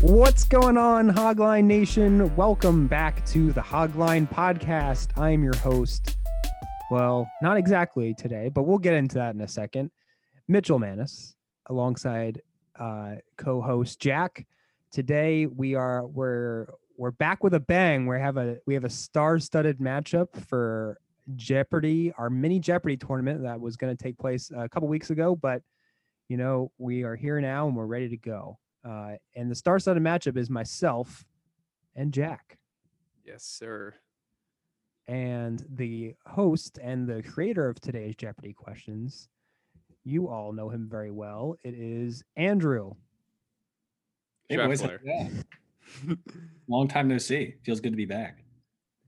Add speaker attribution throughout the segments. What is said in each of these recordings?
Speaker 1: What's going on, Hogline Nation? Welcome back to the Hogline Podcast. I'm your host. Well, not exactly today, but we'll get into that in a second. Mitchell Manis, alongside uh, co-host Jack. Today we are we're we're back with a bang. We have a we have a star-studded matchup for Jeopardy, our mini Jeopardy tournament that was going to take place a couple weeks ago, but you know we are here now and we're ready to go. Uh, and the star-studded matchup is myself and Jack.
Speaker 2: Yes, sir.
Speaker 1: and the host and the creator of today's Jeopardy questions. You all know him very well. It is Andrew.
Speaker 3: Hey boys, how's
Speaker 2: Scheffler.
Speaker 3: it going? long time no see. Feels good to be back.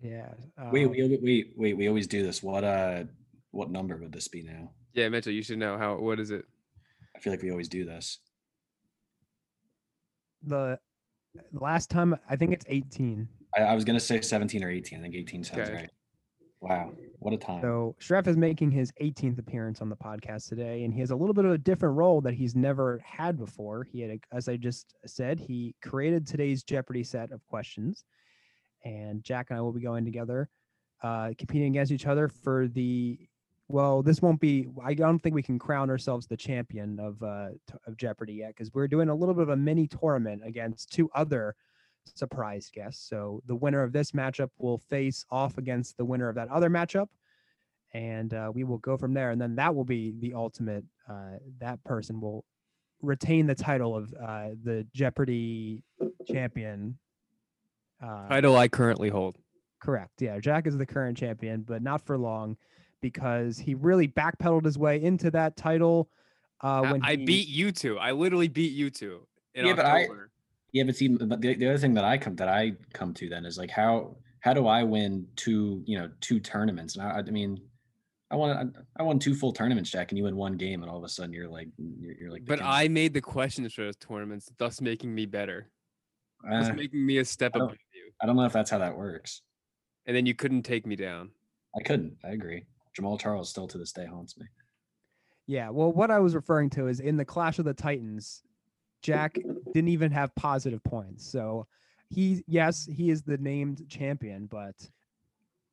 Speaker 1: Yeah.
Speaker 3: wait,
Speaker 1: um,
Speaker 3: we alwa- wait, wait. We always do this. What uh, what number would this be now?
Speaker 2: Yeah, Mitchell, you should know how. What is it?
Speaker 3: I feel like we always do this.
Speaker 1: the the last time I think it's 18.
Speaker 3: I, I was gonna say seventeen or eighteen. I think eighteen sounds
Speaker 2: Okay.
Speaker 3: right. Wow, what a time!
Speaker 1: So Shref is making his 18th appearance on the podcast today, and he has a little bit of a different role that he's never had before. He had, a, as I just said, he created today's Jeopardy set of questions, and Jack and I will be going together, uh, competing against each other for the. Well, this won't be. I don't think we can crown ourselves the champion of uh, t- of Jeopardy yet, because we're doing a little bit of a mini tournament against two other surprise guests. So the winner of this matchup will face off against the winner of that other matchup and uh, we will go from there. And then that will be the ultimate. Uh, that person will retain the title of uh, the Jeopardy champion. Uh,
Speaker 2: Title I currently hold.
Speaker 1: Correct. Yeah, Jack is the current champion, but not for long because he really backpedaled his way into that title. Uh,
Speaker 2: I,
Speaker 1: when
Speaker 2: I
Speaker 1: he-
Speaker 2: beat you two. I literally beat you two in
Speaker 3: Yeah, but I-
Speaker 2: October.
Speaker 3: Yeah, but see, but the, the other thing that I come that I come to then is like how how do I win two you know two tournaments? And I, I mean, I won I, I won two full tournaments, Jack, and you win one game, and all of a sudden you're like you're, you're like. the
Speaker 2: but
Speaker 3: king.
Speaker 2: I made the questions for those tournaments, thus making me better. Thus
Speaker 3: Uh,
Speaker 2: making me a step
Speaker 3: I don't-
Speaker 2: above you.
Speaker 3: I don't know if that's how that works.
Speaker 2: And then you couldn't take me down.
Speaker 3: I couldn't. I agree. Jamal Charles still to this day haunts me.
Speaker 1: Yeah. Well, what I was referring to is in the Clash of the Titans, Jack didn't even have positive points. So he, yes, he is the named champion, but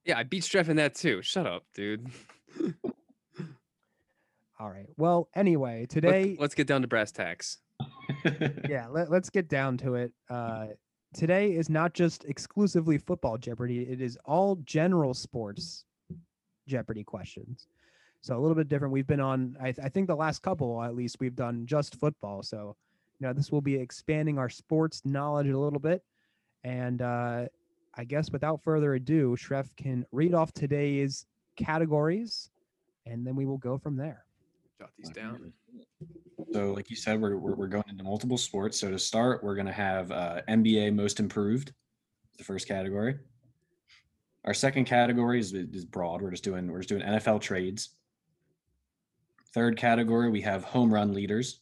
Speaker 2: Yeah, I beat Streff in that too. Shut up, dude. Let's-
Speaker 1: All right. Well, anyway, today,
Speaker 2: let's get down to brass tacks.
Speaker 1: yeah, let, us get down to it. Uh, today is not just exclusively football Jeopardy, it is all general sports Jeopardy questions. So a little bit different. We've been on, I, th- I think the last couple, at least, we've done just football. So, you know, this will be expanding our sports knowledge a little bit. And uh, I guess without further ado, Shref can read off today's categories and then we will go from there.
Speaker 2: Jot these down.
Speaker 3: So, like you said, we're, we're, we're going into multiple sports. So, to start, we're going to have uh, NBA Most Improved, the first category. Our second category is, is broad. We're just doing we're just doing NFL trades. Third category, we have home run leaders.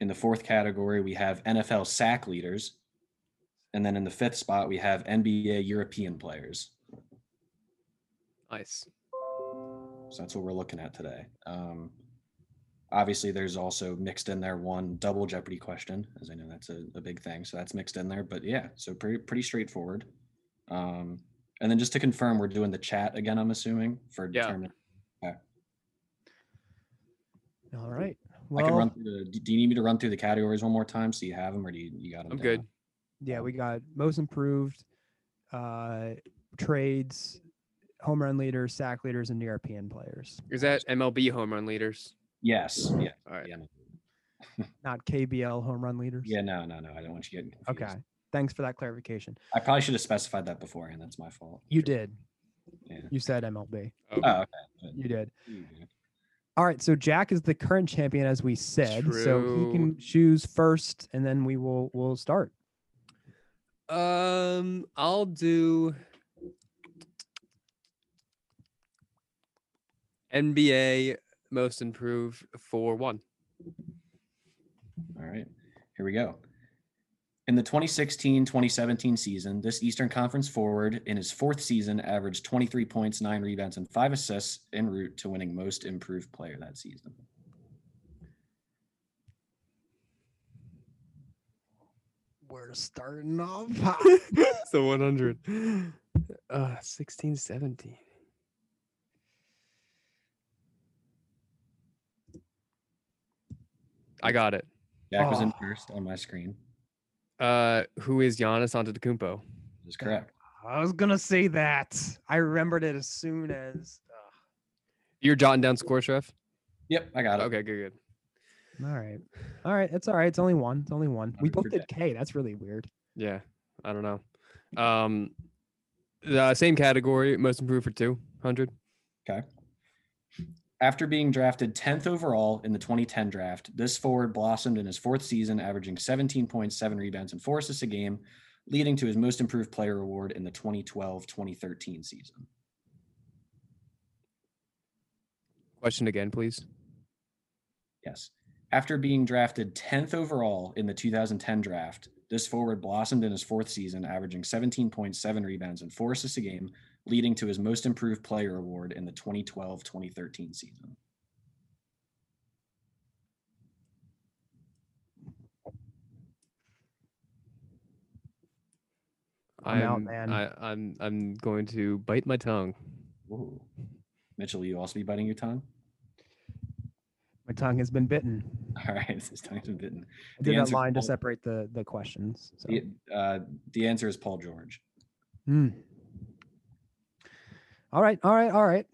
Speaker 3: In the fourth category, we have NFL sack leaders. And then in the fifth spot, we have NBA European players.
Speaker 2: Nice.
Speaker 3: So that's what we're looking at today. Um, obviously, there's also mixed in there one double Jeopardy question, as I know that's a, a big thing. So that's mixed in there. But yeah, so pretty pretty straightforward. Um, and then just to confirm, we're doing the chat again. I'm assuming for
Speaker 2: Yeah.
Speaker 3: determining.
Speaker 1: All right.
Speaker 3: I can
Speaker 1: Well,
Speaker 3: run through the, do- do you need me to run through the categories one more time so you have them, or do you, you got them?
Speaker 2: I'm good.
Speaker 1: yeah, we got most improved, uh, trades, home run leaders, sack leaders, and E ERPN players.
Speaker 2: Is that MLB home run leaders?
Speaker 3: Yes. Yeah.
Speaker 2: All right.
Speaker 3: Yeah. no-
Speaker 1: Not KBL home run leaders.
Speaker 3: Yeah. No. No. No. I don't want you getting. Confused.
Speaker 1: Okay. Thanks for that clarification.
Speaker 3: I probably should have specified that beforehand. That's my fault.
Speaker 1: You did.
Speaker 3: Yeah.
Speaker 1: You said MLB.
Speaker 2: Oh,
Speaker 3: Oh, okay.
Speaker 1: You did.
Speaker 3: you do.
Speaker 1: All right, so Jack is the current champion, as we said. So he
Speaker 2: True.
Speaker 1: can choose first, and then we will will start.
Speaker 2: Um, I'll do NBA most improved for one.
Speaker 3: All right, here we go. In the 2016 2017 season, this Eastern Conference forward in his fourth season averaged 23 points, nine rebounds, and five assists en route to winning most improved player that season.
Speaker 1: We're starting off.
Speaker 2: It's the 100. Uh, 16, 17. I got it.
Speaker 3: Jack was in
Speaker 1: Ah.
Speaker 3: first on my screen.
Speaker 2: Uh, who is Giannis Antetokounmpo?
Speaker 3: That is correct.
Speaker 1: I was gonna say that. I remembered it as soon as. uh,
Speaker 2: You're jotting down scores, ref?
Speaker 3: Yep, I got it.
Speaker 2: Okay, good, good.
Speaker 1: All right, all right. It's all right. It's only one. It's only one. We
Speaker 3: Hundred
Speaker 1: both
Speaker 3: for
Speaker 1: did K. That's really weird.
Speaker 2: Yeah, I don't know. Um, the same category, most improved for 200.
Speaker 3: After being drafted 10th overall in the 2010 draft, this forward blossomed in his fourth season, averaging 17 points, seven rebounds, and four assists a game, leading to his most improved player award in the 2012 2013 season.
Speaker 2: Question again, please.
Speaker 3: Yes. After being drafted 10th overall in the 2010 draft, this forward blossomed in his fourth season, averaging 17.7 rebounds and four assists a game, leading to his most improved player award in the 2012 2013 season.
Speaker 1: I'm out,
Speaker 2: I'm-
Speaker 1: man.
Speaker 2: I, I'm I'm going to bite my tongue.
Speaker 3: Whoa. Mitchell, will you also be biting your tongue?
Speaker 1: My tongue has been bitten.
Speaker 3: All right, this tongue's been bitten.
Speaker 1: I
Speaker 3: The
Speaker 1: did that
Speaker 3: answer-
Speaker 1: line to
Speaker 3: oh.
Speaker 1: separate the the questions. So.
Speaker 3: The, uh, the answer is Paul George.
Speaker 1: Hmm. All right, all right, all right.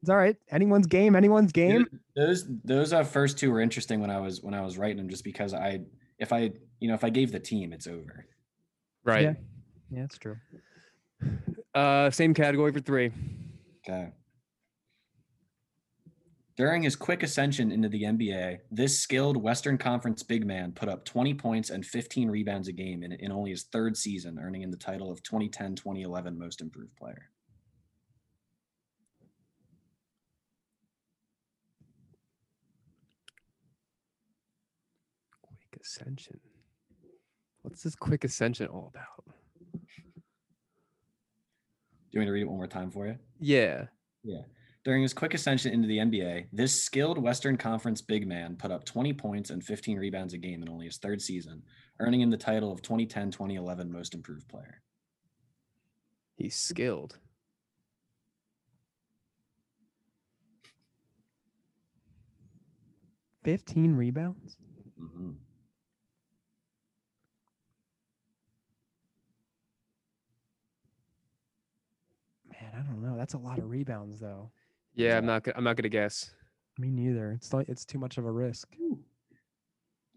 Speaker 1: It's all right. Anyone's game. Anyone's
Speaker 3: Th-
Speaker 1: game.
Speaker 3: Those those uh, first two were interesting when I was when I was writing them, just because I if I you know if I gave the team, it's over.
Speaker 2: Right.
Speaker 1: Yeah, it's true.
Speaker 2: Uh, same category for three.
Speaker 3: Okay. During his quick ascension into the NBA, this skilled Western Conference big man put up 20 points and 15 rebounds a game in, in only his third season, earning him the title of 2010 2011 Most Improved Player.
Speaker 2: Quick ascension. What's this quick ascension all about?
Speaker 3: Do you want me to read it one more time for you?
Speaker 2: Yeah.
Speaker 3: During his quick ascension into the NBA, this skilled Western Conference big man put up 20 points and 15 rebounds a game in only his third season, earning him the title of 2010 2011 Most Improved Player.
Speaker 2: He's skilled.
Speaker 1: Fifteen rebounds.
Speaker 3: Mhm.
Speaker 1: Man, I don't know. That's a lot of rebounds, though.
Speaker 2: Yeah, I'm
Speaker 3: Yeah.
Speaker 2: not. gonna- I'm not gonna guess.
Speaker 1: Me neither. It's like it's too much of a risk.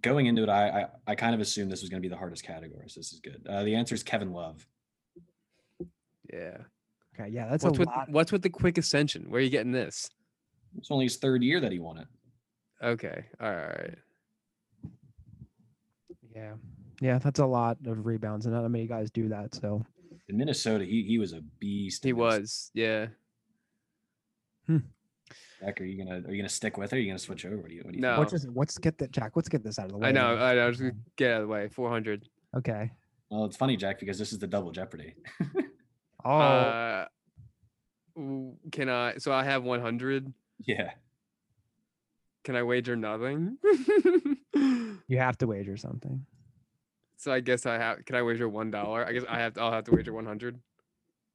Speaker 3: Going into it, I, I I kind of assumed this was going to be the hardest category, so this is good. Uh, the answer is Kevin Love.
Speaker 2: Yeah.
Speaker 1: Okay, yeah, that's
Speaker 2: what's
Speaker 1: a
Speaker 2: with
Speaker 1: lot.
Speaker 2: What's with the quick ascension? Where are you getting this?
Speaker 3: It's only his third year that he won it.
Speaker 2: Okay. All right.
Speaker 1: Yeah, yeah, that's a lot of rebounds, and not many guys do that. So
Speaker 3: In Minnesota, he he was a beast. in
Speaker 2: He
Speaker 3: Minnesota.
Speaker 2: was. Yeah.
Speaker 3: Jack, are you gonna are you gonna stick with it? Or are you gonna switch over? What do you, what do you
Speaker 2: No.
Speaker 1: what's this, let's get that Jack. Let's get this out of the way.
Speaker 2: Oh. I know.
Speaker 1: now.
Speaker 2: I know. Just get out of the way. 400.
Speaker 1: okay.
Speaker 3: Think? Well, it's funny, Jack, because this is the double jeopardy.
Speaker 1: Oh,
Speaker 2: Uh, w- can I? So I have 100.
Speaker 3: Yeah.
Speaker 2: Can I wager nothing?
Speaker 1: you have to wager something.
Speaker 2: so I guess I have. Can I wager one dollar? I guess I have. I'll have to wager 100.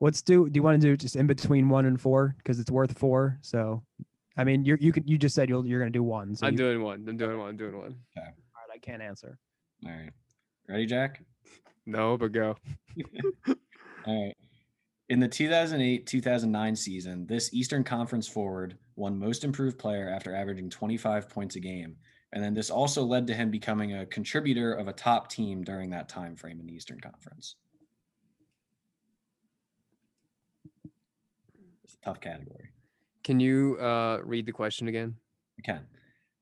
Speaker 1: Let's do. Do you want to do just in between one and four because it's worth four? So, I mean, you you could you just said you'll, you're going to do one. So
Speaker 2: I'm
Speaker 1: you-
Speaker 2: doing one. I'm doing one. I'm doing one.
Speaker 1: all right, I can't answer.
Speaker 3: All right. Ready, Jack?
Speaker 2: No, but go.
Speaker 3: All right. In the 2008 2009 season, this Eastern Conference forward won most improved player after averaging 25 points a game. And then this also led to him becoming a contributor of a top team during that time frame in the Eastern Conference. It's a tough category.
Speaker 2: Can you uh, read the question again?
Speaker 3: We can.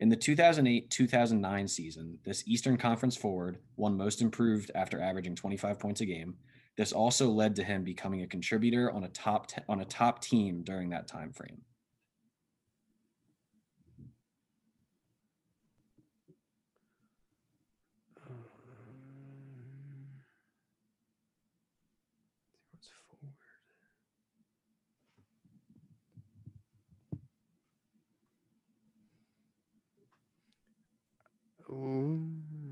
Speaker 3: In the 2008 2009 season, this Eastern Conference forward won most improved after averaging 25 points a game. This also led to him becoming a contributor on a top te- on a top team during that time frame.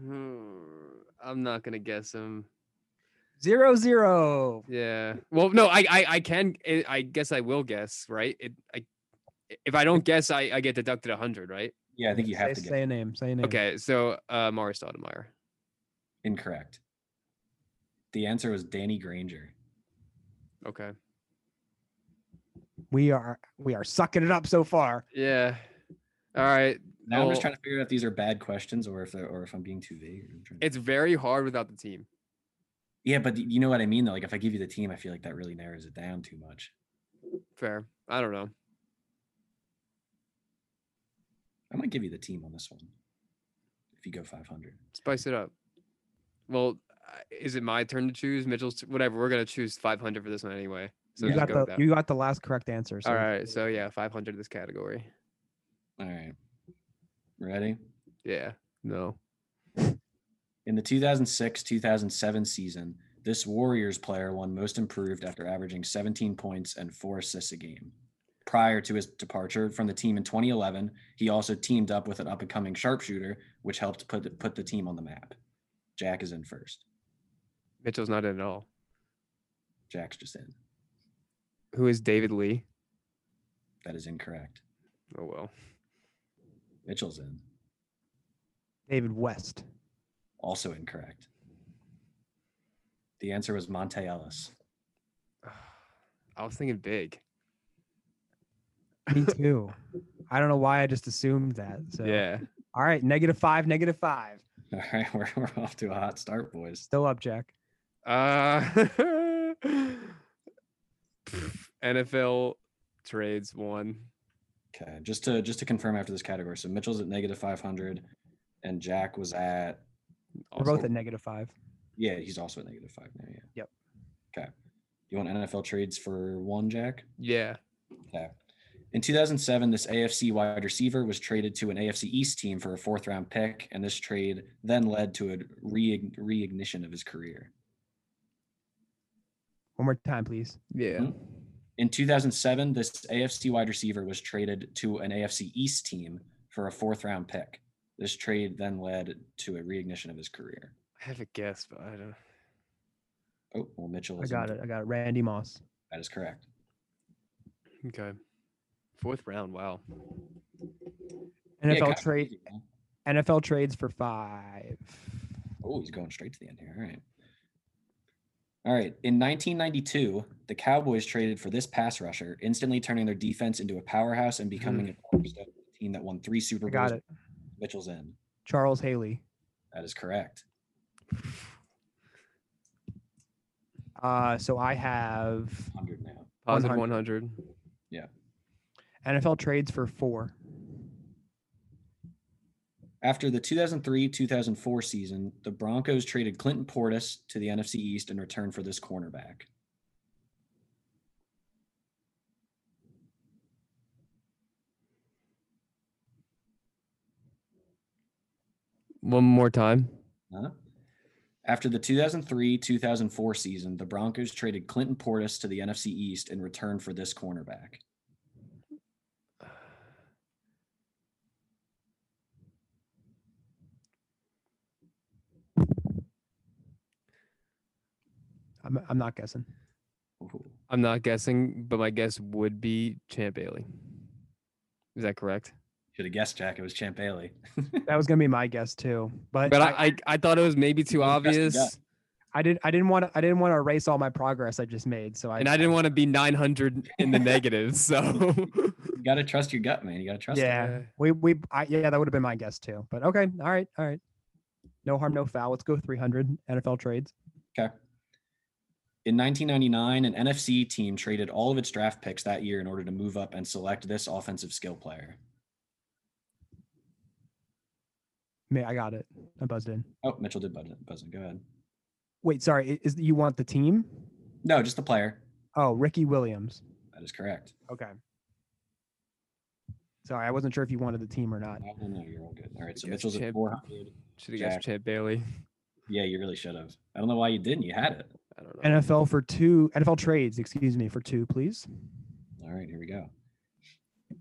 Speaker 2: Ooh, I'm not gonna guess him.
Speaker 1: Zero zero.
Speaker 2: Yeah. Well, no, I, I, I can. eh, I I guess I will guess, right? It, I, if I don't guess, I, I get deducted a hundred, right?
Speaker 3: Yeah, I think you have
Speaker 1: say,
Speaker 3: to get
Speaker 1: say a name. Say a name.
Speaker 2: Okay. So, uh, Mari Stoudemire.
Speaker 3: incorrect. The answer was Danny Granger.
Speaker 2: Okay.
Speaker 1: We are we are sucking it up so far.
Speaker 2: Yeah. All right.
Speaker 3: Now I'm just
Speaker 2: Oh.
Speaker 3: trying to figure out if these are bad questions or if they're, or if I'm being too vague. I'm trying to-
Speaker 2: It's very hard without the team.
Speaker 3: yeah, but you know what I mean though. Like if I give you the team, I feel like that really narrows it down too much.
Speaker 2: Fair. I don't know.
Speaker 3: I'm gonna give you the team on this one. If you go 500.
Speaker 2: Spice it up. Well, uh, is it my turn to choose? Mitchell's whatever. We're gonna choose 500 for this one anyway. So
Speaker 1: you
Speaker 2: just
Speaker 1: got
Speaker 2: go with
Speaker 1: the
Speaker 2: that.
Speaker 1: you got the last correct answer. So
Speaker 2: All right. So yeah, 500 this category.
Speaker 3: All right. Ready?
Speaker 2: Yeah. No.
Speaker 3: In the 2006 2007 season, this Warriors player won most improved after averaging 17 points and four assists a game. Prior to his departure from the team in 2011, he also teamed up with an up and coming sharpshooter, which helped put the, put the team on the map. Jack is in first.
Speaker 2: Mitchell's not in at all.
Speaker 3: Jack's just in.
Speaker 2: Who is David Lee?
Speaker 3: That is incorrect.
Speaker 2: Oh well.
Speaker 3: Mitchell's in.
Speaker 1: David West.
Speaker 3: Also incorrect. The answer was Monte Ellis.
Speaker 2: I was thinking big.
Speaker 1: Me too. I don't know why I just assumed that. So
Speaker 2: Yeah.
Speaker 1: All right, negative five, negative five.
Speaker 3: All right, we're, we're off to a hot start, boys.
Speaker 1: Still up, Jack.
Speaker 2: Uh pff, NFL trades one.
Speaker 3: Okay, just to just to confirm after this category, so Mitchell's at negative five hundred, and Jack was at
Speaker 1: We're both at negative five.
Speaker 3: yeah, he's also at negative five now. Yeah.
Speaker 1: Yep.
Speaker 3: Okay. You want NFL trades for one, Jack?
Speaker 2: Yeah.
Speaker 3: Okay. In 2007, this AFC wide receiver was traded to an AFC East team for a fourth round pick, and this trade then led to a re- reignition of his career.
Speaker 1: One more time, please.
Speaker 2: Yeah.
Speaker 3: Mhm. In 2007, this AFC wide receiver was traded to an AFC East team for a fourth round pick. This trade then led to a reignition of his career.
Speaker 2: I have a guess, but I don't.
Speaker 3: Oh, well, Mitchell.
Speaker 1: I
Speaker 3: is
Speaker 1: got
Speaker 3: in-
Speaker 1: it. I got it. Randy Moss.
Speaker 3: That is correct.
Speaker 2: Okay. Fourth round. Wow.
Speaker 3: Yeah,
Speaker 1: NFL
Speaker 3: kinda
Speaker 1: trade.
Speaker 3: crazy, man.
Speaker 1: NFL trades for five.
Speaker 3: Oh, he's going straight to the end here. All right. All right. In 1992, the Cowboys traded for this pass rusher, instantly turning their defense into a powerhouse and becoming a cornerstone of the team that won three Super
Speaker 1: Mm-hmm. I
Speaker 3: Bowls.
Speaker 1: got it.
Speaker 3: Mitchell's in.
Speaker 1: Charles Haley.
Speaker 3: That is correct.
Speaker 1: Uh, so I have
Speaker 3: 100 now.
Speaker 2: Positive
Speaker 1: 100.
Speaker 2: 100.
Speaker 1: NFL trades for four.
Speaker 3: After the 2003 2004 season, the Broncos traded Clinton Portis to the NFC East in return for this cornerback.
Speaker 2: One more time.
Speaker 3: Huh? After the 2003 2004 season, the Broncos traded Clinton Portis to the NFC East in return for this cornerback.
Speaker 1: I'm, I'm not guessing.
Speaker 3: Ooh.
Speaker 2: I'm not guessing, but my guess would be Champ Bailey. Is that correct?
Speaker 3: Should have guessed, Jack. It was Champ Bailey.
Speaker 1: That was gonna be my guess too. But,
Speaker 2: But I, I, I thought it was maybe too
Speaker 3: Well, that's the
Speaker 2: obvious,
Speaker 3: guess.
Speaker 1: I didn't I didn't want to I didn't want to erase all my progress I just made. So I
Speaker 2: and I didn't want to be 900 in the negative. So
Speaker 3: You got to trust your gut, man. You got to trust. it.
Speaker 1: Yeah.
Speaker 2: Yeah.
Speaker 1: We we I, yeah, that would have been my guess too. But okay, all right, all right. No harm, no foul. Let's go 300 NFL trades.
Speaker 3: In 1999, an NFC team traded all of its draft picks that year in order to move up and select this offensive skill player.
Speaker 1: May I got it. I buzzed in.
Speaker 3: Oh, Mitchell did buzz buzz in. Go ahead.
Speaker 1: Wait, sorry. i- Is you want the team?
Speaker 3: No, just the player.
Speaker 1: Oh, Ricky Williams.
Speaker 3: That is correct.
Speaker 1: Okay. Sorry, I wasn't sure if you wanted the team or not.
Speaker 3: No, no, no, you're all good. All right, so
Speaker 2: Yes,
Speaker 3: Mitchell's at
Speaker 2: Champ.
Speaker 3: 400.
Speaker 2: should have guessed
Speaker 3: Jack.
Speaker 2: Champ Bailey.
Speaker 3: Yeah, you really should have. I don't know why you didn't. You had it.
Speaker 2: I don't know.
Speaker 1: NFL for two NFL trades, excuse me, for two, please.
Speaker 3: All right, here we go.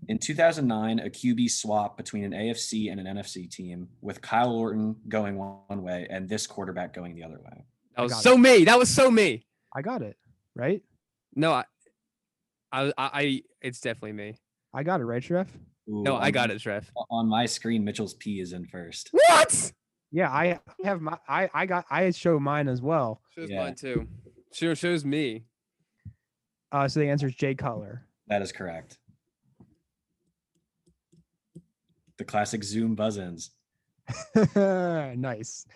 Speaker 3: In 2009, a QB swap between an AFC and an NFC team, with Kyle Orton going one way and this quarterback going the other way.
Speaker 2: that was
Speaker 1: got
Speaker 2: so me. That was so me.
Speaker 1: I got it, right?
Speaker 2: No, I, I, I, I it's definitely me.
Speaker 1: I got it, right, Shref?
Speaker 3: Ooh,
Speaker 2: No, I
Speaker 3: on-
Speaker 2: got it, Trev.
Speaker 3: On my screen, Mitchell's P is in first.
Speaker 2: What?
Speaker 1: Yeah, I have my I I got I show mine as well.
Speaker 2: Shows
Speaker 3: Yeah.
Speaker 2: mine too. Sure, shows me.
Speaker 1: Uh, so the answer is Jay Cutler.
Speaker 3: That is correct. The classic Zoom buzz ins.
Speaker 1: nice.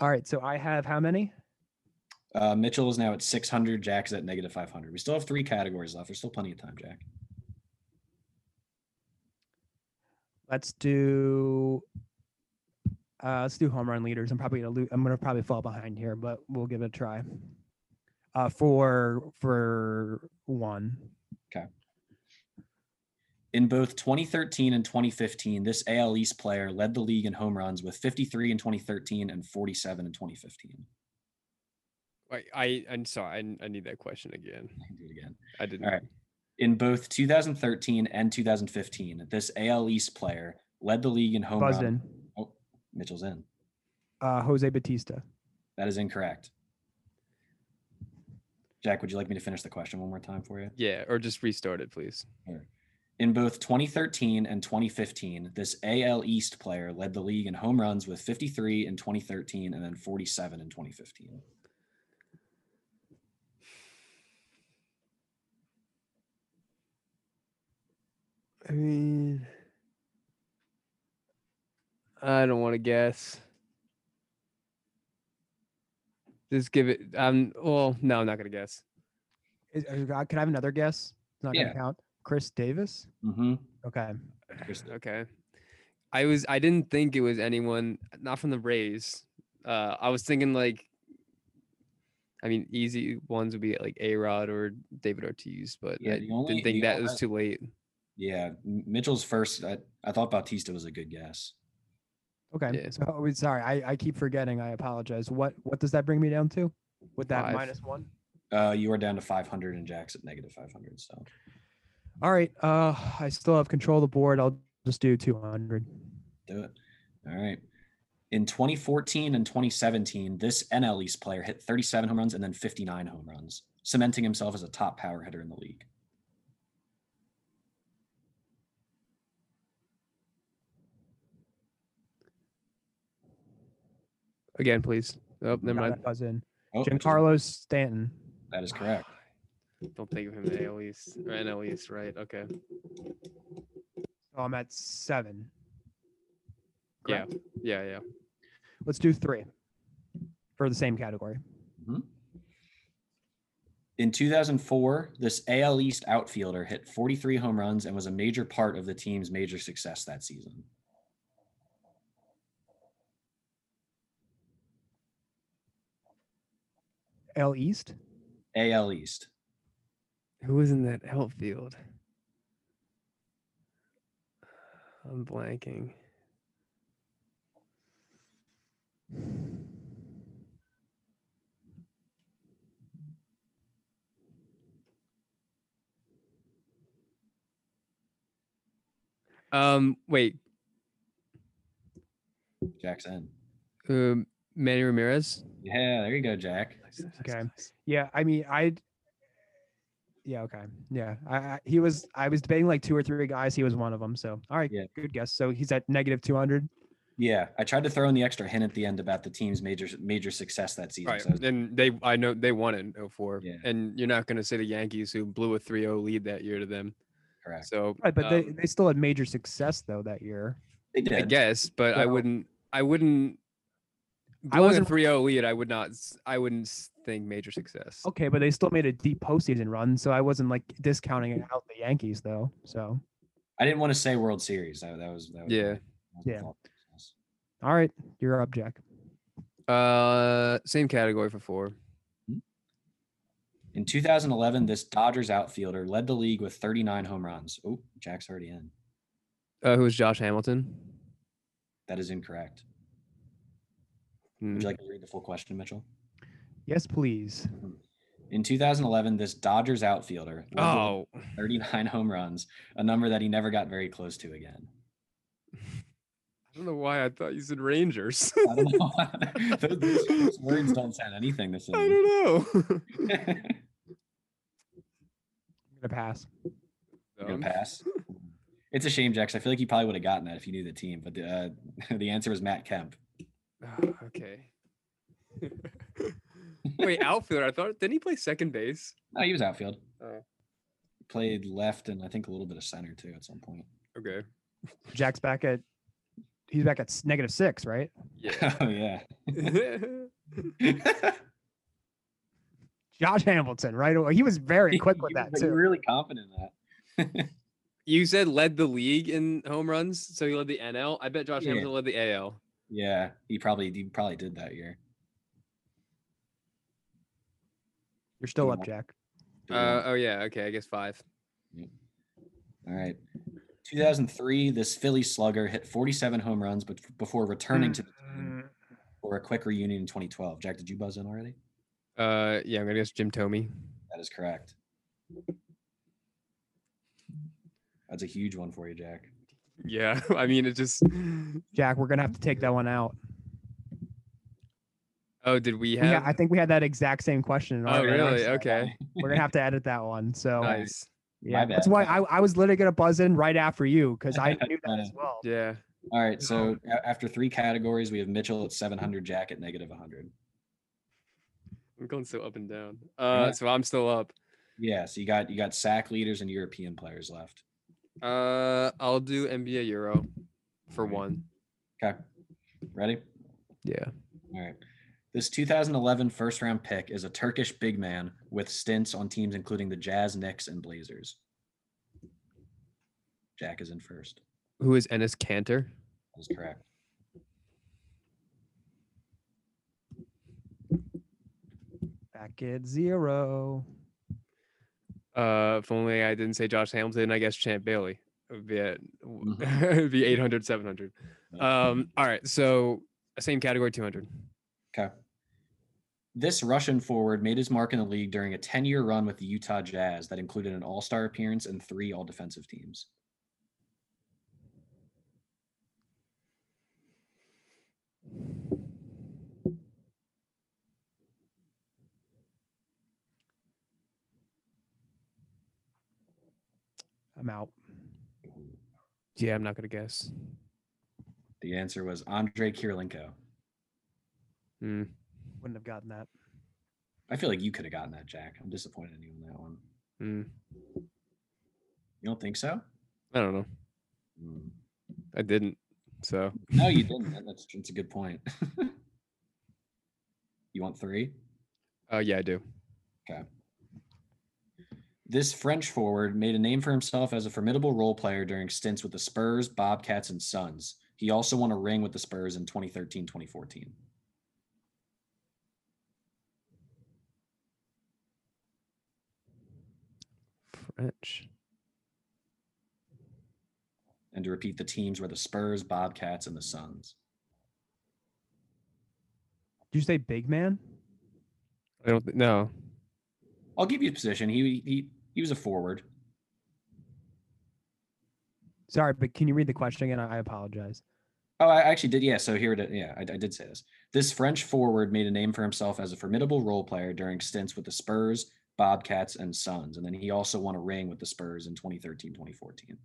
Speaker 1: All right, so I have how many?
Speaker 3: Uh, Mitchell is now at 600. Jack's at negative 500. We still have three categories left. There's still plenty of time, Jack.
Speaker 1: Let's do. Uh, let's do home run leaders. I'm probably gonna lose. I'm gonna probably fall behind here, but we'll give it a try. Uh, for for one.
Speaker 3: In both 2013 and 2015, this AL East player led the league in home runs with 53 in 2013 and 47 in 2015.
Speaker 2: I, I, I'm sorry. I, I need that question again.
Speaker 3: I can do it again.
Speaker 2: I didn't.
Speaker 3: right. In both 2013 and 2015, this AL East player led the league in home
Speaker 1: Buzzed
Speaker 3: runs.
Speaker 1: in.
Speaker 3: Oh, Mitchell's in.
Speaker 1: Uh, Jose Batista.
Speaker 3: That is incorrect. Jack, would you like me to finish the question one more time for you?
Speaker 2: Yeah, or just restart it, please.
Speaker 3: In both 2013 and 2015, this AL East player led the league in home runs with 53 in 2013 and then 47 in 2015.
Speaker 2: I mean, I don't want to guess. Just give it. Um. Well, no, I'm not gonna guess.
Speaker 1: Is, is- uh, can I have another guess? It's not
Speaker 3: Yeah.
Speaker 1: gonna count. Chris Davis.
Speaker 3: Mm-hmm.
Speaker 1: Okay.
Speaker 2: Okay. I was. I didn't think it was anyone. Not from the Rays. Uh, I was thinking like. I mean, easy ones would be like A Rod or David Ortiz, but
Speaker 3: Yeah,
Speaker 2: I
Speaker 3: the
Speaker 2: didn't
Speaker 3: only-
Speaker 2: think
Speaker 3: the
Speaker 2: that
Speaker 3: only-
Speaker 2: was too late.
Speaker 3: Yeah, M- Mitchell's first. I, I thought Bautista was a good guess.
Speaker 1: Okay.
Speaker 2: Yeah.
Speaker 1: So oh, wait, sorry, I, I keep forgetting. I apologize. What what does that bring me down to? With that
Speaker 2: Five.
Speaker 1: minus one.
Speaker 3: Uh, you are down to 500 and Jack's at negative 500. So
Speaker 1: All right. Uh, I still have control of the board. I'll just do 200.
Speaker 3: do it. All right. In 2014 and 2017, this NL East player hit 37 home runs and then 59 home runs, cementing himself as a top power hitter in the league.
Speaker 2: Again, please. Oh, never mind.
Speaker 1: Buzz in.
Speaker 3: Oh,
Speaker 1: Jim
Speaker 3: Mitchell's-
Speaker 1: Carlos Stanton.
Speaker 3: That is correct.
Speaker 2: Don't think of him at least or NL East, right? Okay.
Speaker 1: Oh, I'm at seven. Correct?
Speaker 2: Yeah, yeah.
Speaker 1: Let's do three for the same category.
Speaker 3: Mhm. In 2004, this AL East outfielder hit 43 home runs and was a major part of the team's major success that season.
Speaker 1: L East.
Speaker 3: AL East.
Speaker 2: Who was in that outfield? I'm blanking. Um, wait,
Speaker 3: Jack's in.
Speaker 2: um, Manny Ramirez.
Speaker 3: Yeah, there you go, Jack.
Speaker 1: Okay. Yeah. I mean, I Yeah. Okay. Yeah. I, I he was I was debating like two or three guys. He was one of them. So all right.
Speaker 3: Yeah.
Speaker 1: Good guess. So he's at negative two hundred.
Speaker 3: Yeah, I tried to throw in the extra hint at the end about the team's major major success that season.
Speaker 2: Right.
Speaker 3: So I was-
Speaker 2: And they, I know they won in 04.
Speaker 3: Yeah.
Speaker 2: And you're not going to say the Yankees, who blew a 3 0 lead that year to them.
Speaker 3: correct.
Speaker 2: So,
Speaker 1: Right, but they,
Speaker 3: Oh.
Speaker 2: um,
Speaker 1: they still had major success though that year.
Speaker 3: They
Speaker 2: I
Speaker 3: did.
Speaker 2: guess, but I
Speaker 1: So-
Speaker 2: wouldn't, I wouldn't,
Speaker 1: I
Speaker 2: I was a
Speaker 1: wasn't-
Speaker 2: 3 0 lead. I would not, s- I wouldn't s- think major success.
Speaker 1: Okay, but they still made a deep postseason run. So I wasn't like discounting out the Yankees though. So
Speaker 3: I didn't want to say World Series. That, that was that was
Speaker 2: Yeah.
Speaker 3: my- that was my
Speaker 1: Yeah.
Speaker 3: fault. Yes.
Speaker 1: all right, you're up, Jack.
Speaker 2: Uh, same category for four.
Speaker 3: In 2011, this Dodgers outfielder led the league with 39 home runs. Oh, Jack's already in.
Speaker 2: Uh, who was Josh Hamilton?
Speaker 3: That is incorrect.
Speaker 2: Mm, Hmm.
Speaker 3: Would you like to read the full question, Mitchell?
Speaker 1: Yes, please.
Speaker 3: In 2011, this Dodgers outfielder led the league
Speaker 2: Oh,
Speaker 3: 39 home runs, a number that he never got very close to again.
Speaker 2: I don't know why I thought you said Rangers.
Speaker 3: I don't know. those, those- those words don't sound anything the
Speaker 2: I don't know.
Speaker 3: same.
Speaker 1: I'm gonna pass.
Speaker 3: You're gonna
Speaker 2: Um,
Speaker 3: pass. It's a shame, Jax. I feel like you probably would have gotten that if you knew the team, but the uh, the answer was Matt Kemp.
Speaker 2: ah, okay. Wait, outfielder. I thought didn't he play second base?
Speaker 3: No, he was outfield.
Speaker 2: Oh.
Speaker 3: Played left and I think a little bit of center too at some point.
Speaker 2: Okay.
Speaker 1: Jack's back at he's back at s- negative six, right?
Speaker 2: Yeah.
Speaker 3: Oh yeah.
Speaker 1: Josh Hamilton, right away. He was very quick with
Speaker 3: You-
Speaker 1: that
Speaker 3: but
Speaker 1: too.
Speaker 3: You're really confident in that.
Speaker 2: you said led the league in home runs, so he led the NL. I bet Josh
Speaker 3: Yeah.
Speaker 2: Hamilton led the AL.
Speaker 3: Yeah, he probably he probably did that year.
Speaker 1: You're still
Speaker 3: Yeah.
Speaker 1: up, Jack.
Speaker 3: But yeah.
Speaker 2: Uh, oh yeah. Okay, I guess five.
Speaker 3: All right. 2003, this Philly slugger hit 47 home runs, but before returning to the team
Speaker 1: Mm,
Speaker 3: for a quick reunion in 2012. Jack, did you buzz in already?
Speaker 2: Uh, yeah, I'm gonna guess Jim Tomey.
Speaker 3: That is correct. That's a huge one for you, Jack.
Speaker 2: Yeah, I mean it just.
Speaker 1: Jack, we're gonna have to take that one out.
Speaker 2: Oh, did we have?
Speaker 1: Yeah, I think we had that exact same question. in
Speaker 2: oh,
Speaker 1: our- in our
Speaker 2: really?
Speaker 1: set.
Speaker 2: Okay.
Speaker 1: We're gonna have to edit that one. So
Speaker 2: Nice.
Speaker 1: yeah, that's
Speaker 3: bad.
Speaker 1: why I, I was literally gonna buzz in right after you because I knew that as well.
Speaker 2: Yeah.
Speaker 3: All right. So a- after three categories, we have Mitchell at 700, Jack at negative 100.
Speaker 2: I'm going so up and down. Uh, so I'm still up.
Speaker 3: Yeah. So you got you got sack leaders and European players left.
Speaker 2: Uh, I'll do NBA Euro for one.
Speaker 3: Okay. Ready?
Speaker 2: Yeah.
Speaker 3: All right. This 2011 first round pick is a Turkish big man with stints on teams including the Jazz, Knicks, and Blazers. Jack is in first.
Speaker 2: Who is Ennis Cantor?
Speaker 3: That is correct.
Speaker 1: Back at zero.
Speaker 2: Uh, if only I didn't say Josh Hamilton. I guess Champ Bailey. It would be at, it would be 800, 700. Um, all right. So same category, 200.
Speaker 3: Okay. This Russian forward made his mark in the league during a 10 year run with the Utah Jazz that included an all star appearance and three all defensive teams.
Speaker 1: I'm out.
Speaker 2: Yeah, I'm not gonna guess.
Speaker 3: The answer was Andre Kirilenko.
Speaker 2: Hmm.
Speaker 1: Wouldn't have gotten that.
Speaker 3: I feel like you could have gotten that, Jack. I'm disappointed in you on that one.
Speaker 2: Hmm.
Speaker 3: You don't think so?
Speaker 2: I don't know.
Speaker 3: Mm.
Speaker 2: I didn't. So
Speaker 3: No, you didn't. That- That's, that's a good point. you want three?
Speaker 2: uh, yeah, I do.
Speaker 3: This French forward made a name for himself as a formidable role player during stints with the Spurs, Bobcats, and Suns. He also won a ring with the Spurs in 2013 2014.
Speaker 2: French.
Speaker 3: And to repeat, the teams were the Spurs, Bobcats, and the Suns.
Speaker 1: Did you say big man?
Speaker 2: I don't think. No.
Speaker 3: I'll give you a position. He he he was a forward.
Speaker 1: Sorry, but can you read the question again? I I apologize.
Speaker 3: Oh, I actually did. Yeah. So here it is. Yeah, I, I did say this. This French forward made a name for himself as a formidable role player during stints with the Spurs, Bobcats, and Suns. And then he also won a ring with the Spurs in 2013, 2014.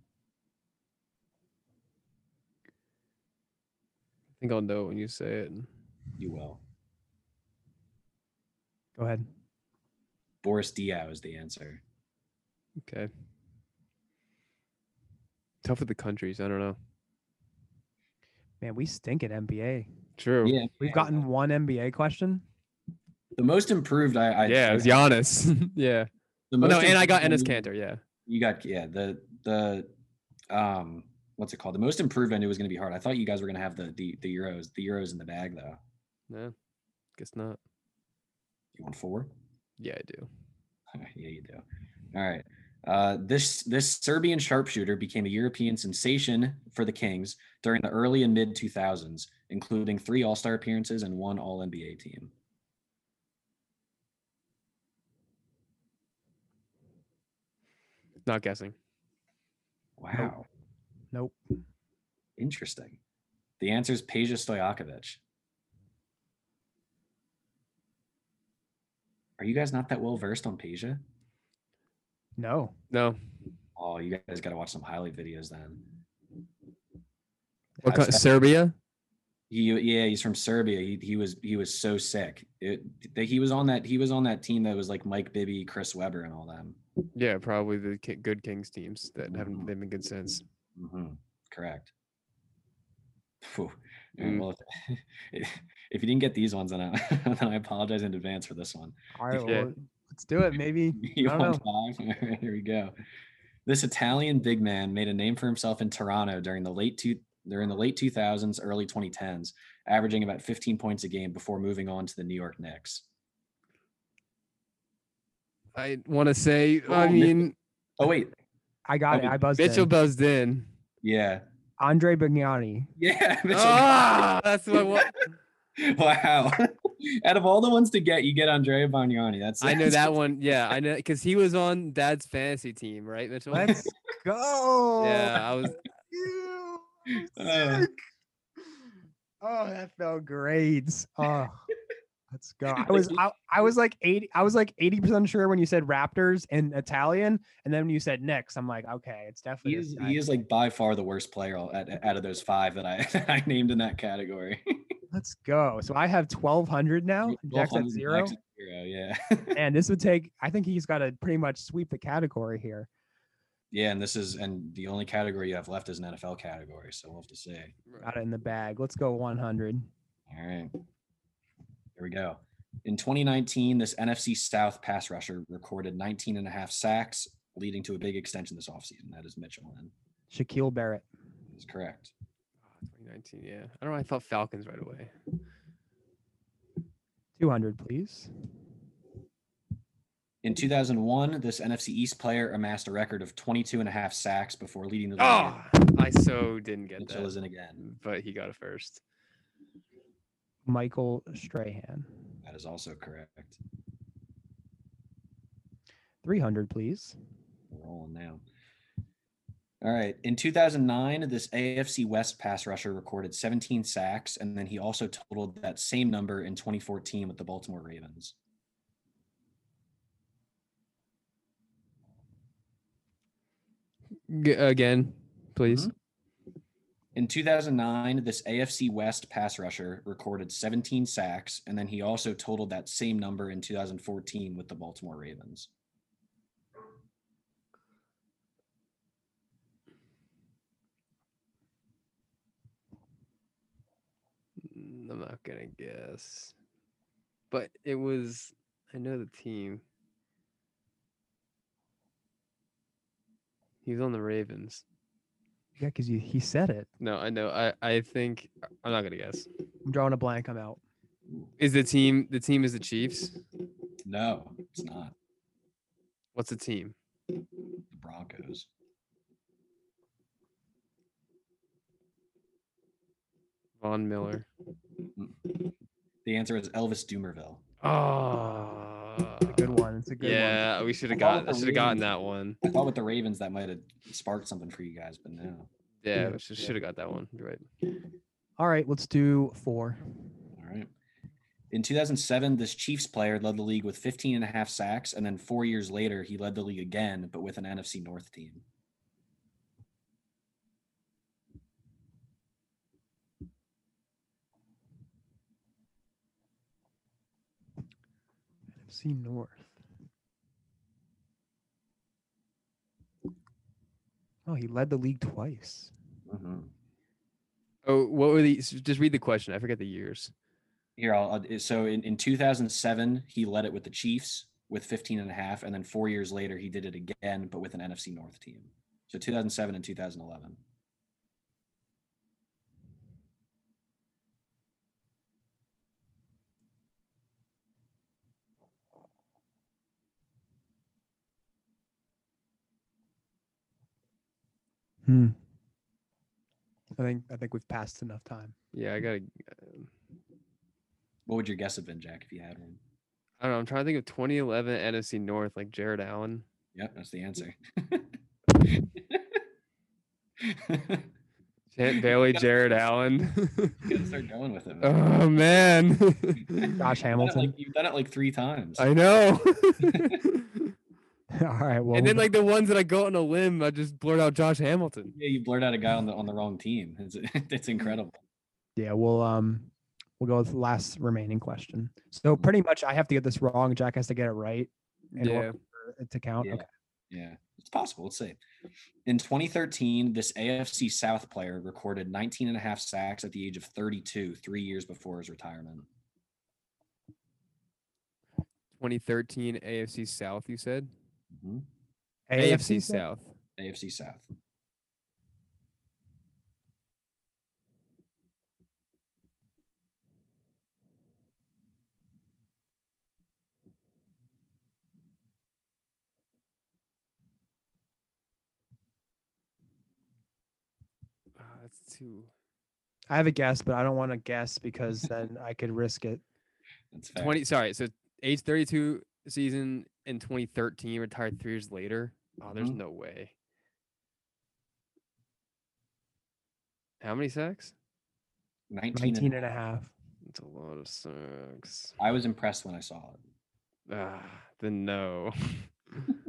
Speaker 2: I think I'll know when you say it.
Speaker 3: You will.
Speaker 1: Go ahead.
Speaker 3: Boris Diaw is the answer.
Speaker 2: Okay. Tough with the countries. I don't know.
Speaker 1: Man, we stink at NBA.
Speaker 2: True.
Speaker 3: Yeah,
Speaker 1: We've
Speaker 3: yeah.
Speaker 1: gotten one NBA question.
Speaker 3: the most improved. I, I
Speaker 2: yeah, it was Giannis. yeah.
Speaker 3: The
Speaker 2: Well, no,
Speaker 3: most
Speaker 2: and I got
Speaker 3: improved-
Speaker 2: Ennis Cantor. Yeah.
Speaker 3: You got yeah the the um what's it called? The most improved I knew was going to be hard. I thought you guys were going to have the, the the euros the euros in the bag though.
Speaker 2: No, guess not.
Speaker 3: You want four?
Speaker 2: Yeah, I do.
Speaker 3: yeah, you do. All right. Uh, this this Serbian sharpshooter became a European sensation for the Kings during the early and mid 2000s, including three All Star appearances and one All NBA team.
Speaker 2: Not guessing.
Speaker 3: Wow,
Speaker 1: Nope.
Speaker 3: interesting. The answer is Peja Stojakovic. Are you guys not that well versed on Peja?
Speaker 1: No.
Speaker 2: No.
Speaker 3: Oh, you guys got to watch some highlight videos then.
Speaker 2: What
Speaker 3: I
Speaker 2: kind,
Speaker 3: said-
Speaker 2: Serbia?
Speaker 3: He yeah, he's from Serbia. He he was he was so sick. It, that he was on that he was on that team that was like Mike Bibby, Chris Webber, and all them.
Speaker 2: Yeah, probably the ki- good Kings teams that haven't
Speaker 3: Mhm.
Speaker 2: they've been good since.
Speaker 3: Mhm, Correct. Phew. Yeah,
Speaker 2: Mm.
Speaker 3: Well, if, if you didn't get these ones, then I, then I apologize in advance for this one.
Speaker 1: All right.
Speaker 2: Yeah.
Speaker 1: Well, let's do it. Maybe.
Speaker 3: You
Speaker 1: I don't
Speaker 3: want five? All right, Here we go. This Italian big man made a name for himself in Toronto during the late two during the late 2000s, early 2010s, averaging about 15 points a game before moving on to the New York Knicks.
Speaker 2: I want to say. I
Speaker 3: Oh, Mitchell-
Speaker 2: mean,
Speaker 3: Oh wait,
Speaker 1: I got
Speaker 3: Okay,
Speaker 1: it. I buzzed
Speaker 2: Mitchell
Speaker 1: in.
Speaker 2: buzzed in.
Speaker 3: yeah,
Speaker 1: Andre Bignani.
Speaker 3: yeah. Mitchell-
Speaker 2: Ah, that's what I want.
Speaker 1: Oh.
Speaker 3: Wow. Out of all the ones to get, you get Andrea Bagnani. That's
Speaker 2: I know
Speaker 3: that's-
Speaker 2: that one. Yeah, I know because he was on Dad's fantasy team, right, Mitchell?
Speaker 1: Let's go.
Speaker 2: yeah, I was.
Speaker 1: Ew, I'm
Speaker 3: Uh.
Speaker 1: sick. oh, that felt great. Oh, let's go. I was I, I was like 80 I was like 80% sure when you said Raptors in Italian and then when you said Knicks, I'm like, okay, it's
Speaker 3: He
Speaker 1: definitely this
Speaker 3: is,
Speaker 1: guy.
Speaker 3: he is like by far the worst player all- out, out of those five that I, I named in that category.
Speaker 1: Let's go. So I have 1200 now. Jack's at
Speaker 3: 1200,
Speaker 1: zero.
Speaker 3: Jack's at zero, yeah.
Speaker 1: And this would take I think he's got to pretty much sweep the category here.
Speaker 3: yeah, and this is and the only category you have left is an NFL category, so we'll have to see.
Speaker 1: Got it in the bag. Let's go 100.
Speaker 3: All right. Here we go. In 2019, this NFC South pass rusher recorded 19 and a half sacks, leading to a big extension this offseason. That is Mitchell, and
Speaker 1: Shaquille Barrett.
Speaker 3: that is correct.
Speaker 2: 2019. Yeah, I don't know. I thought Falcons right away.
Speaker 1: 200, please.
Speaker 3: In 2001, this NFC East player amassed a record of 22 and a half sacks before leading the league.
Speaker 2: Oh, I so didn't get
Speaker 3: Mitchell is
Speaker 2: that,
Speaker 3: in again.
Speaker 2: but he got it first.
Speaker 1: Michael Strahan.
Speaker 3: That is also correct.
Speaker 1: 300, please.
Speaker 3: We're rolling now. All right. In 2009, this AFC West pass rusher recorded 17 sacks, and then he also totaled that same number in 2014 with the Baltimore Ravens.
Speaker 2: G- again, please.
Speaker 3: In 2009, this AFC West pass rusher recorded 17 sacks, and then he also totaled that same number in 2014 with the Baltimore Ravens.
Speaker 2: Mm, I'm not gonna guess, but it was. I know the team. He was on the Ravens.
Speaker 1: Yeah, because he said it.
Speaker 2: No, I know. I I think I'm not gonna guess.
Speaker 1: I'm drawing a blank. I'm out.
Speaker 2: Is the team the team is the Chiefs?
Speaker 3: No, it's not
Speaker 2: What's the team?
Speaker 3: the Broncos.
Speaker 2: Von Miller.
Speaker 3: The answer is Elvis Doomerville.
Speaker 2: Oh,
Speaker 1: It's a good one. It's a good one.
Speaker 2: yeah, we should have
Speaker 3: I thought
Speaker 2: gotten.
Speaker 3: with
Speaker 2: I
Speaker 3: the
Speaker 2: should have gotten
Speaker 3: Ravens-
Speaker 2: that one.
Speaker 3: I thought with the Ravens that might have sparked something for you guys, but no.
Speaker 2: Yeah,
Speaker 1: Yeah,
Speaker 2: we should have got that one. You're right.
Speaker 1: All right, let's do four.
Speaker 3: All right. In 2007, this Chiefs player led the league with 15 and a half sacks, and then four years later, he led the league again, but with an NFC North team.
Speaker 1: NFC North. Oh, he led the league twice.
Speaker 2: Oh, what were the? Just read the question. I forget the years.
Speaker 3: Here, I'll, I'll- so in, in 2007, he led it with the Chiefs with 15 and a half, and then four years later, he did it again, but with an NFC North team. So 2007 and 2011.
Speaker 1: Hmm. I think I think we've passed enough time.
Speaker 2: Yeah, I gotta.
Speaker 3: What would your guess have been, Jack, if you had one?
Speaker 2: I don't know. I'm trying to think of 2011 NFC North, like Jared Allen.
Speaker 3: Yep, that's the answer.
Speaker 2: Champ Bailey,
Speaker 3: Yeah.
Speaker 2: Jared Allen.
Speaker 3: Gotta start going with it. man.
Speaker 2: oh man,
Speaker 1: Josh
Speaker 3: You've done it
Speaker 1: Hamilton.
Speaker 3: like- You've done it like three times.
Speaker 2: I know.
Speaker 1: All right. Well, we-
Speaker 2: and then like the ones that I go on a limb, I just blurt out Josh Hamilton.
Speaker 3: Yeah, you blurt out a guy on the on the wrong team. It's,
Speaker 2: Mm-hmm.
Speaker 3: it's incredible.
Speaker 1: yeah, we'll um we'll go with the last remaining question. So pretty much, I have to get this wrong. Jack has to get it right in order for it to count.
Speaker 3: Yeah.
Speaker 1: Okay.
Speaker 3: Yeah, it's possible. Let's see. In 2013, this AFC South player recorded 19 and a half sacks at the age of 32, three years before his retirement.
Speaker 2: 2013 AFC South. You said
Speaker 3: Mhm.
Speaker 2: AFC,
Speaker 1: said-
Speaker 2: South.
Speaker 3: AFC South.
Speaker 2: Ah, that's too.
Speaker 1: I have a guess, but I don't want to guess because then I could risk it.
Speaker 3: That's fair.
Speaker 2: 20. Sorry. So age 32 season in 2013, retired three years later. Oh, there's
Speaker 3: Mhm.
Speaker 2: no way. How many sacks?
Speaker 3: 19. and-
Speaker 1: 19 and a half.
Speaker 2: That's a lot of sacks.
Speaker 3: I was impressed when I saw it.
Speaker 2: Ah, then no.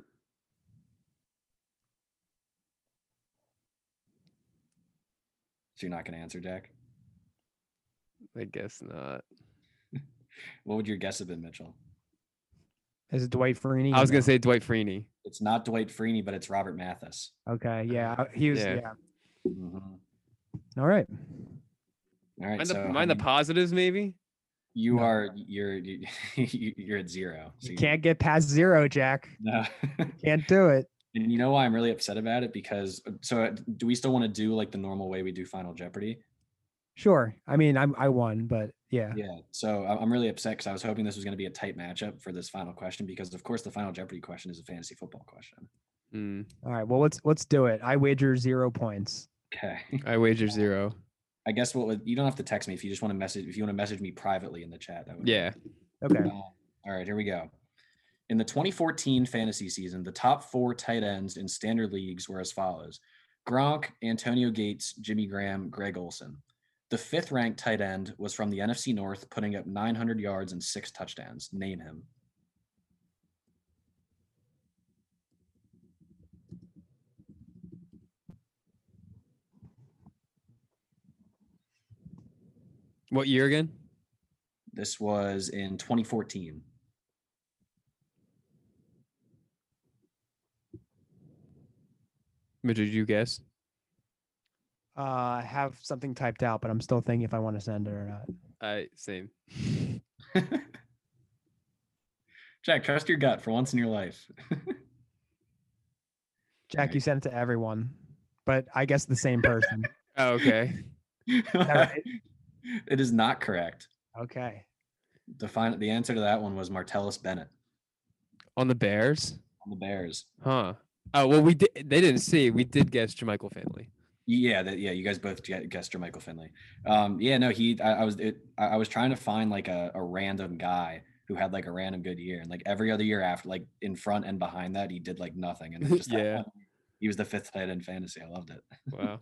Speaker 3: So you're not going to answer, Jack.
Speaker 2: I guess not.
Speaker 3: What would your guess have been, Mitchell?
Speaker 1: Is it Dwight Freeney?
Speaker 2: I was gonna say Dwight Freeney.
Speaker 3: It's not Dwight Freeney, but it's Robert Mathis.
Speaker 1: Okay. Yeah. I- He was.
Speaker 2: Yeah.
Speaker 1: Yeah.
Speaker 3: Mhm.
Speaker 1: All right.
Speaker 3: All right.
Speaker 2: Mind,
Speaker 3: so,
Speaker 2: the,
Speaker 3: I
Speaker 2: mind the
Speaker 3: mean,
Speaker 2: positives, maybe.
Speaker 3: you
Speaker 1: No.
Speaker 3: are you're you- you're at zero. So
Speaker 1: You can't get past zero, Jack.
Speaker 3: No.
Speaker 1: Can't do it.
Speaker 3: And you know why I'm really upset about it? Because so uh, do we still want to do like the normal way we do Final Jeopardy?
Speaker 1: Sure. I mean, I'm I won, but yeah.
Speaker 3: Yeah. So I- I'm really upset because I was hoping this was going to be a tight matchup for this final question because of course the Final Jeopardy question is a fantasy football question.
Speaker 2: Mm,
Speaker 1: All right. Well, let's let's do it. I wager zero points.
Speaker 3: Okay.
Speaker 2: I wager zero.
Speaker 3: I guess what would, you don't have to text me if you just want to message if you want to message me privately in the chat. That would
Speaker 2: Yeah.
Speaker 1: Okay.
Speaker 3: Uh, all right, here we go. In the 2014 fantasy season, the top four tight ends in standard leagues were as follows Gronk, Antonio Gates, Jimmy Graham, Greg Olson. The fifth ranked tight end was from the NFC North, putting up 900 yards and six touchdowns. Name him.
Speaker 2: What year again?
Speaker 3: This was in 2014.
Speaker 2: Mitch, did you guess?
Speaker 1: Uh, I have something typed out, but I'm still thinking if I want to send it or not.
Speaker 2: I same.
Speaker 3: Jack, trust your gut for once in your life.
Speaker 1: Jack, you sent it to everyone, but I guess the same person.
Speaker 2: Oh, okay.
Speaker 1: right.
Speaker 3: It is not correct.
Speaker 1: okay.
Speaker 3: The, final, the answer to that one was Martellus Bennett
Speaker 2: On the Bears,
Speaker 3: on the Bears.
Speaker 2: huh? Oh well, we did. They didn't see. We did guess Jermichael Finley.
Speaker 3: Yeah, that, yeah, you guys both gu- guessed Jermichael Michael Finley. Um, yeah, no, he. I, I was it, I I was trying to find like a, a random guy who had like a random good year, and like every other year after, like in front and behind that, he did like nothing, and then just that
Speaker 2: Yeah.
Speaker 3: one, he was the fifth tight end fantasy. I loved it.
Speaker 2: Wow.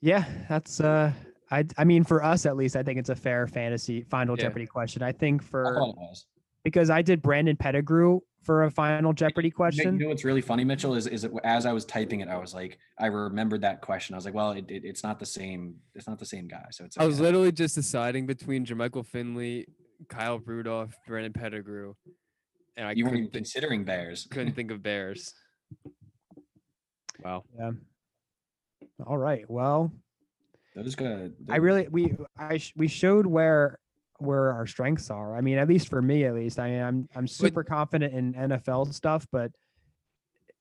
Speaker 1: Yeah, that's uh I I mean for us at least, I think it's a fair fantasy final
Speaker 2: Yeah.
Speaker 1: Jeopardy question. I think
Speaker 3: I
Speaker 1: for
Speaker 3: thought it was.
Speaker 1: because I did Brandon Pettigrew for a final Jeopardy
Speaker 3: You know-
Speaker 1: question.
Speaker 3: You know what's really funny, Mitchell, is is it, as I was typing it, I was like, I remembered that question. I was like, well, it, it, it's not the same. It's not the same guy. So it's.
Speaker 2: I was
Speaker 3: okay.
Speaker 2: literally just deciding between Jermichael Finley, Kyle Rudolph, Brandon Pettigrew, and I
Speaker 3: You weren't even
Speaker 2: couldn't, thi-
Speaker 3: considering bears.
Speaker 2: couldn't think of Bears. Wow.
Speaker 1: Yeah. All right. Well,
Speaker 3: Those guys.
Speaker 1: I really we I sh- we showed where where our strengths are. I mean, at least for me, at least I mean, I'm I'm super confident in NFL stuff, but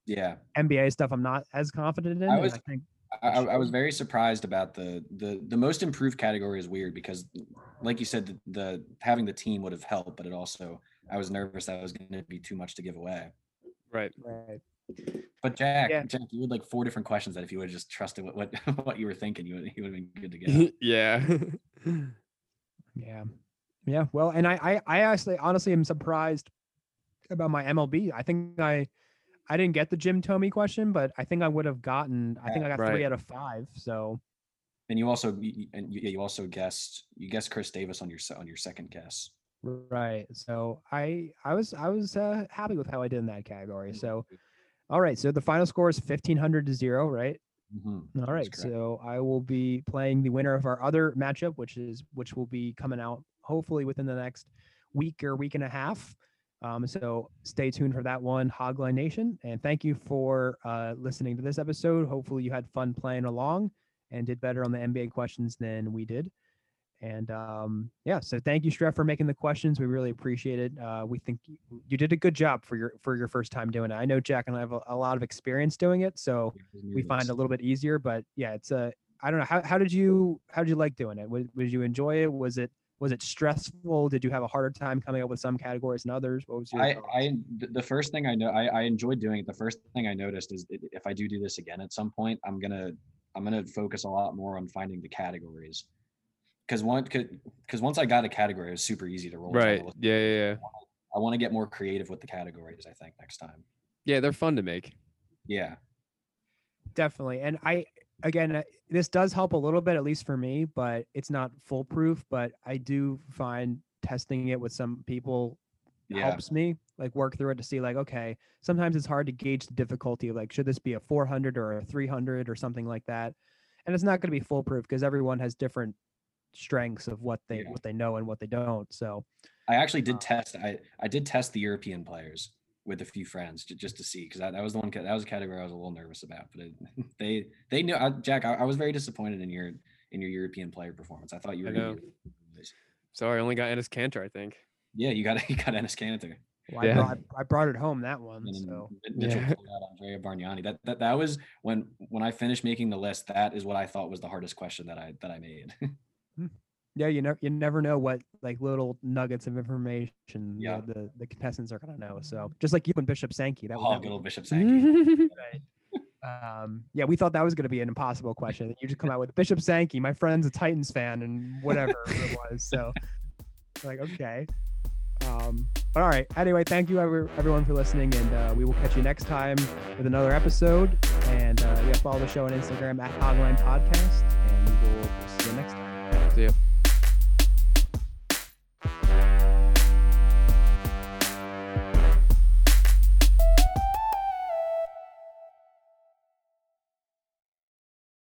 Speaker 3: Yeah,
Speaker 1: NBA stuff I'm not as confident in.
Speaker 3: I
Speaker 1: and
Speaker 3: was-
Speaker 1: I think
Speaker 3: I, I I was very surprised about the the the most improved category is weird because, like you said, the, the having the team would have helped, but it also I was nervous that was going to be too much to give away.
Speaker 2: Right.
Speaker 1: right.
Speaker 3: But Jack,
Speaker 1: Yeah.
Speaker 3: Jack, you had like four different questions that if you would have just trusted what what, what you were thinking, you would you would have been good to go.
Speaker 2: Yeah.
Speaker 1: Yeah. Yeah. Well, and I, I, I actually honestly am surprised about my MLB. I think I, I didn't get the Jim Tomey question, but I think I would have gotten, I think I got
Speaker 2: Right.
Speaker 1: three out of five. So
Speaker 3: And you also you, you- and you, you also guessed you guessed Chris Davis on your se- on your second guess.
Speaker 1: right. So I, I was, I was uh, happy with how I did in that
Speaker 3: Mm.
Speaker 1: category. So, all right. So the final score is fifteen hundred to zero, right?
Speaker 3: Mhm.
Speaker 1: All right.
Speaker 3: correct.
Speaker 1: So I will be playing the winner of our other matchup, which is which will be coming out hopefully within the next week or week and a half. Um, so stay tuned for that one, Hogline Nation. And thank you for uh, listening to this episode. Hopefully you had fun playing along and did better on the NBA questions than we did. And um, yeah, so thank you, Streff, for making the questions. We really appreciate it. Uh, we think you, you did a good job for your for your first time doing it. I know Jack and I have a, a lot of experience doing it, so we find a little bit easier but yeah it's a i don't know how, how did you how did you like doing it was, was you enjoy it was it was it stressful did you have a harder time coming up with some categories than others what was your
Speaker 3: I,
Speaker 1: thoughts?
Speaker 3: I th- the first thing I know I, I enjoyed doing it. The first thing I noticed is that if I do do this again at some point, I'm gonna I'm gonna focus a lot more on finding the categories because one because once I got a category, it was super easy to roll. down the
Speaker 2: right.
Speaker 3: list.
Speaker 2: Yeah, yeah. Yeah.
Speaker 3: I want to get more creative with the categories. I think next time.
Speaker 2: Yeah. They're fun to make.
Speaker 3: Yeah,
Speaker 1: definitely and i again uh, this does help a little bit at least for me but it's not foolproof but i do find testing it with some people
Speaker 3: yeah,
Speaker 1: helps me like work through it to see like okay sometimes it's hard to gauge the difficulty of like should this be a 400 or a 300 or something like that and it's not going to be foolproof because everyone has different strengths of what they
Speaker 3: Yeah.
Speaker 1: what they know and what they don't so
Speaker 3: I actually did
Speaker 1: Um,
Speaker 3: test. I I did test the European players with a few friends ju- just to see because that, that was the one ca- that was a category I was a little nervous about. But it, they they knew I, Jack. I, I was very disappointed in your in your European player performance. I thought you
Speaker 2: I
Speaker 3: were. gonna
Speaker 2: know.
Speaker 3: be really good.
Speaker 2: Sorry, I only got Ennis Cantor, I think.
Speaker 3: Yeah, you got you got Ennis Cantor.
Speaker 1: well, I,
Speaker 2: Yeah.
Speaker 1: brought, I brought it home that one
Speaker 3: And then
Speaker 1: so
Speaker 3: Mi- Mitchell
Speaker 2: Yeah.
Speaker 3: pulled out Andrea Bargnani. That, that that was when when I finished making the list. That is what I thought was the hardest question that I that I made.
Speaker 1: yeah you never you never know what like little nuggets of information
Speaker 3: Yeah. Mm.
Speaker 1: the, the the contestants are going to know so just like you and bishop sankey that was
Speaker 3: oh,
Speaker 1: that
Speaker 3: good
Speaker 1: was-
Speaker 3: old Bishop Sankey.
Speaker 1: um yeah we thought that was going to be an impossible question you just come out with bishop sankey my friend's a titans fan and whatever it was so like okay um but all right anyway thank you every- everyone for listening and uh, we will catch you next time with another episode and uh, yeah follow the show on instagram at hogline podcast and we will